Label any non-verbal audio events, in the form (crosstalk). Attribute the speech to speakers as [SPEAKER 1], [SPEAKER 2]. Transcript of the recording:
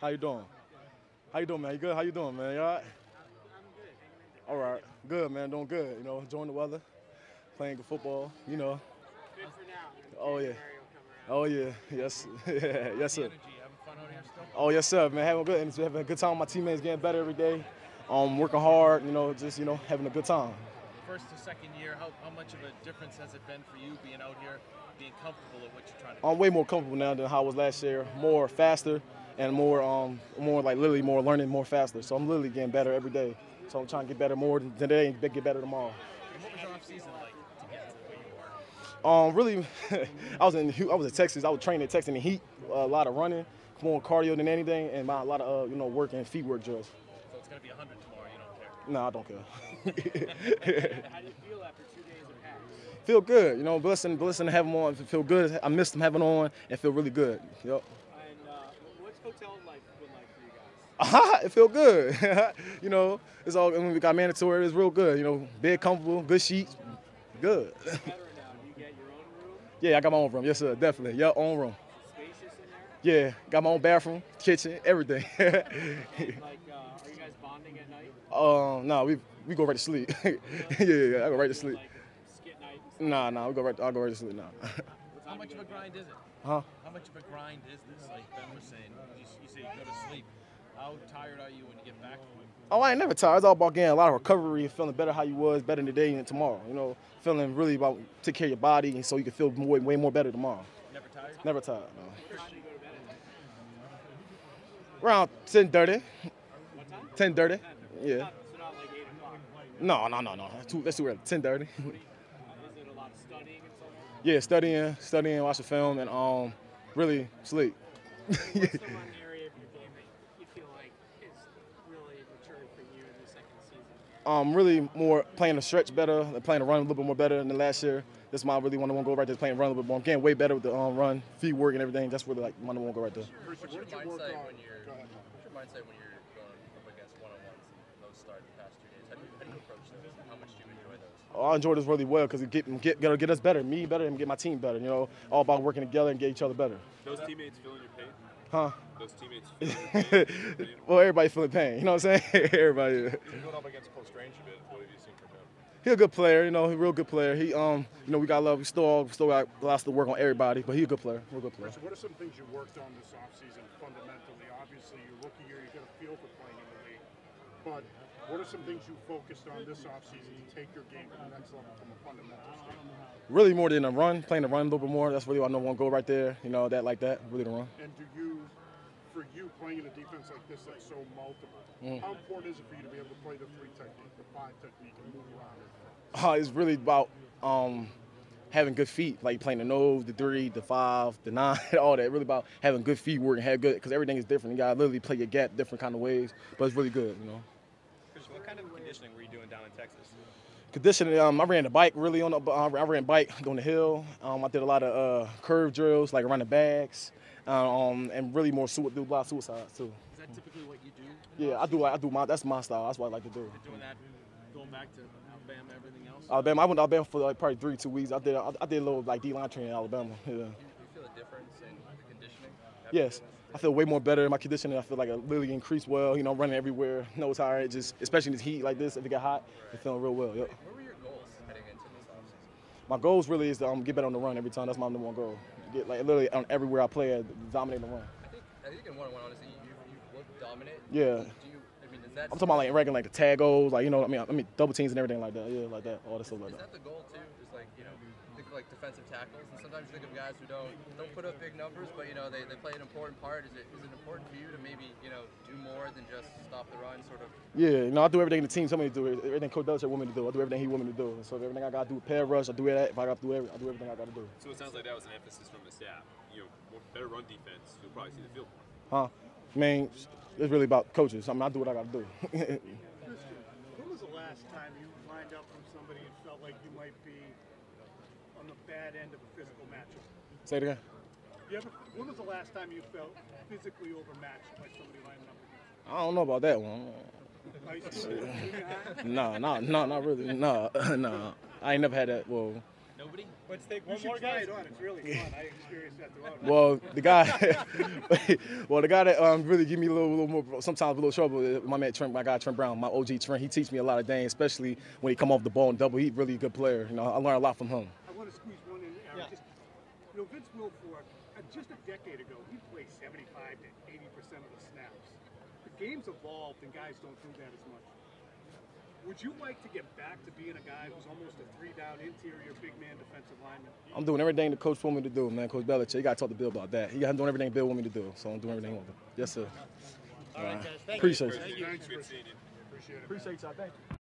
[SPEAKER 1] How you doing? How you doing, man? You good? How you doing, man? You all right? All right. Good, man. Doing good. You know, enjoying the weather, playing good football. You know.
[SPEAKER 2] Good for now.
[SPEAKER 1] Oh, yeah.
[SPEAKER 2] January will come around.
[SPEAKER 1] Oh yeah. Yes. (laughs) yeah. Yes, sir.
[SPEAKER 3] Energy, having fun out here still.
[SPEAKER 1] Oh yes, sir, man. Having a good, and having a good time. My teammates getting better every day. Um, working hard. You know, just you know, having a good time.
[SPEAKER 3] First to second year, how, how much of a difference has it been for you being out here, being comfortable at what you're trying to do?
[SPEAKER 1] I'm way more comfortable now than how I was last year. More faster and more, um, more like literally more learning, more faster. So I'm literally getting better every day. So I'm trying to get better more than today and get better tomorrow.
[SPEAKER 3] And what was your offseason like to get to where you are?
[SPEAKER 1] Um, really, (laughs) I was in Hu- I was in Texas. I was training in Texas in the heat, a lot of running, more cardio than anything, and my, a lot of uh, you know work and feet work drills.
[SPEAKER 3] So it's going to be 100 tomorrow, you don't care.
[SPEAKER 1] Nah, I don't care. (laughs)
[SPEAKER 2] How do you feel after two days of hacks?
[SPEAKER 1] Feel good, you know. Blessing, blessing to have them on. Feel good. I missed them having on, and feel really good. Yep.
[SPEAKER 2] And uh, what's hotel life been like for you guys?
[SPEAKER 1] (laughs) it feel good. (laughs) you know, it's all when we got mandatory, it's real good. You know, bed comfortable, good sheets, good. (laughs)
[SPEAKER 2] Better now. Do you get your own room?
[SPEAKER 1] yeah, I got my own room. Yes, sir, definitely. Your own room.
[SPEAKER 2] Spacious in there?
[SPEAKER 1] Yeah, got my own bathroom, kitchen, everything. (laughs) um,
[SPEAKER 2] Like, uh, are you guys bonding at night?
[SPEAKER 1] no, Um, we we go right to sleep. (laughs) yeah, yeah, yeah, I go right to sleep.
[SPEAKER 2] Like skit night and stuff?
[SPEAKER 1] Nah, nah, (laughs) we go right. I go right to sleep now.
[SPEAKER 2] What
[SPEAKER 3] How
[SPEAKER 2] time
[SPEAKER 3] much
[SPEAKER 2] do you
[SPEAKER 3] of a
[SPEAKER 2] go to bed?
[SPEAKER 3] grind is it?
[SPEAKER 1] huh?
[SPEAKER 3] How much of a grind is this? Like Ben was saying, you, s- you say you go to sleep. How tired are you when you get back from it?
[SPEAKER 1] Oh, I ain't never tired. It's all about getting a lot of recovery and feeling better how you was, better today and tomorrow. You know, feeling really about take care of your body and so you can feel way, way more better tomorrow.
[SPEAKER 3] Never tired?
[SPEAKER 1] Never tired. No.
[SPEAKER 2] What time do you go to bed at night?
[SPEAKER 1] Around 10 30.
[SPEAKER 2] What time?
[SPEAKER 1] 10 30. Yeah.
[SPEAKER 2] Not- So not like 8 o'clock. Uh,
[SPEAKER 1] No, no, no, no. That's too, that's too early. 10 30.
[SPEAKER 2] Is it a lot of studying and stuff?
[SPEAKER 1] (laughs) yeah, studying, studying, watch the film, and um, really sleep.
[SPEAKER 2] What's the one area of your game that you feel like is really matured for you in the second season?
[SPEAKER 1] um, really more playing the stretch better, playing the run a little bit more better than last year. That's my really one I want to go right there, playing run a little bit more. I'm getting way better with the um, run, feet work, and everything. That's really like one I want to go right there.
[SPEAKER 3] What's your mindset when you're what's your mindset when you're going up against one on ones and those start the past two days? How do you how do you approach those? How much do you enjoy those?
[SPEAKER 1] Oh, I enjoy this really well because it get get gonna get us better, me better, and get my team better. You know, all about working together and get each other better.
[SPEAKER 4] Those teammates feeling your pain?
[SPEAKER 1] Huh?
[SPEAKER 4] Those teammates feeling your pain?
[SPEAKER 1] Well, everybody feeling pain. (laughs) You know what I'm saying? everybody.
[SPEAKER 4] You're going up against Cole Strange a bit. What have you seen from him?
[SPEAKER 1] He a good player. You know, he a real good player. He um, you know, we got love. We still still got lots to work on everybody, but he a good player. Real good player.
[SPEAKER 5] So what are some things you worked on this offseason fundamentally? Obviously, your rookie year, you get a feel for playing in the league. But what are some things you focused on this offseason to take your game to the next level from a fundamental standpoint?
[SPEAKER 1] Really more than a run, playing the run a little bit more. That's really what I know want to go right there. You know, that like that. Really the run.
[SPEAKER 5] And do you, for you playing in a defense like this that's so multiple, how important is it for you to be able to play the three technique, the five technique, and move around?
[SPEAKER 1] Uh, it's really about um, having good feet, like playing the nose, the three, the five, the nine, (laughs) all that. Really about having good feet work and have good, because everything is different. You gotta literally play your gap different kind of ways, but it's really good, you know.
[SPEAKER 4] What kind of conditioning were you doing down in Texas?
[SPEAKER 1] Conditioning, um, I ran the bike really on the, uh, I ran bike on the hill. Um, I did a lot of uh, curve drills, like around the bags, um, and really more sui- do a lot of suicides too.
[SPEAKER 3] Is that typically what you do?
[SPEAKER 1] Yeah, I do, like, I do my, that's my style. That's what I like to do.
[SPEAKER 3] Doing that, going back to Alabama, everything else.
[SPEAKER 1] Alabama, I went to Alabama for like probably three, two weeks. I did, I, I did a little like D line training in Alabama. Yeah.
[SPEAKER 3] Do you feel a difference in the conditioning? after
[SPEAKER 1] Yes,
[SPEAKER 3] doing this?
[SPEAKER 1] I feel way more better in my conditioning. I feel like I literally increased well. You know, running everywhere, (laughs) no tired. Just especially in this heat like this, if it got hot, I'm feeling real well. Yep.
[SPEAKER 3] What were your goals heading into this offseason?
[SPEAKER 1] My goals really is to um, get better on the run every time. That's my number one goal. Get like literally on everywhere I play, I dominate the run.
[SPEAKER 3] I think I think in one on one honestly you you look dominant.
[SPEAKER 1] Yeah.
[SPEAKER 3] Do you I mean is that
[SPEAKER 1] I'm talking about like ranking like the tag goals, like you know, I mean, I mean double teams and everything like that. Yeah, like that, all that stuff like
[SPEAKER 3] is
[SPEAKER 1] that.
[SPEAKER 3] that the goal too? Just like you know, think of like defensive tackles, and sometimes you think of guys who don't don't put up big numbers, but you know they, they play an important part. Is it is it important for you to maybe you know do more than just stop the run, sort of?
[SPEAKER 1] Yeah, you know, I do everything the team tell me to do. e-, Everything Coach Belichick want me to do, I do everything he want me to do. So if everything I gotta do, pair rush, I do that. If I gotta do every, I do everything I gotta do.
[SPEAKER 4] So it sounds like that was an emphasis from the staff. You know, more- better run defense, you'll probably see the field more.
[SPEAKER 1] Huh? I mean, it's really about coaches. I mean, I do what I gotta do. (laughs)
[SPEAKER 6] Christian, when was the last time you lined up from somebody and felt like you might be on the bad end of a physical matchup?
[SPEAKER 1] Say it again.
[SPEAKER 6] You ever, when was the last time you felt physically overmatched by somebody lining up with you?
[SPEAKER 1] I don't know about that one.
[SPEAKER 6] High school, junior high?
[SPEAKER 1] (laughs) Nah, nah, nah, not really. Nah, nah. I ain't never had that. Well,
[SPEAKER 7] Nobody?
[SPEAKER 6] Let's take one more guy. It on. It's really fun. I experienced that throughout.
[SPEAKER 1] Well, the guy, (laughs) well, the guy that um, really give me a little, little more, sometimes a little trouble. is My man Trent, my guy Trent Brown, my OG Trent. He teach me a lot of things, especially when he come off the ball and double. He really a good player. You know, I learned a lot from him.
[SPEAKER 6] I want to squeeze one in. Aaron.
[SPEAKER 7] Yeah.
[SPEAKER 6] Just, you know, Vince Wilfork, uh, just a decade ago, he played 75 to 80 percent of the snaps. The game's evolved, and guys don't do that as much. Would you like to get back to being a guy who's almost a three-down interior big man defensive lineman?
[SPEAKER 1] I'm doing everything the coach told me to do, man. Coach Belichick, you gotta talk to Bill about that. He got doing everything Bill want me to do, so I'm doing everything. he want me to do. Yes, sir.
[SPEAKER 7] All right, guys. Thank you.
[SPEAKER 1] Appreciate it.
[SPEAKER 7] Thank you.
[SPEAKER 5] Thanks, Chris. Appreciate it. man.
[SPEAKER 1] Appreciate y'all. Thank you.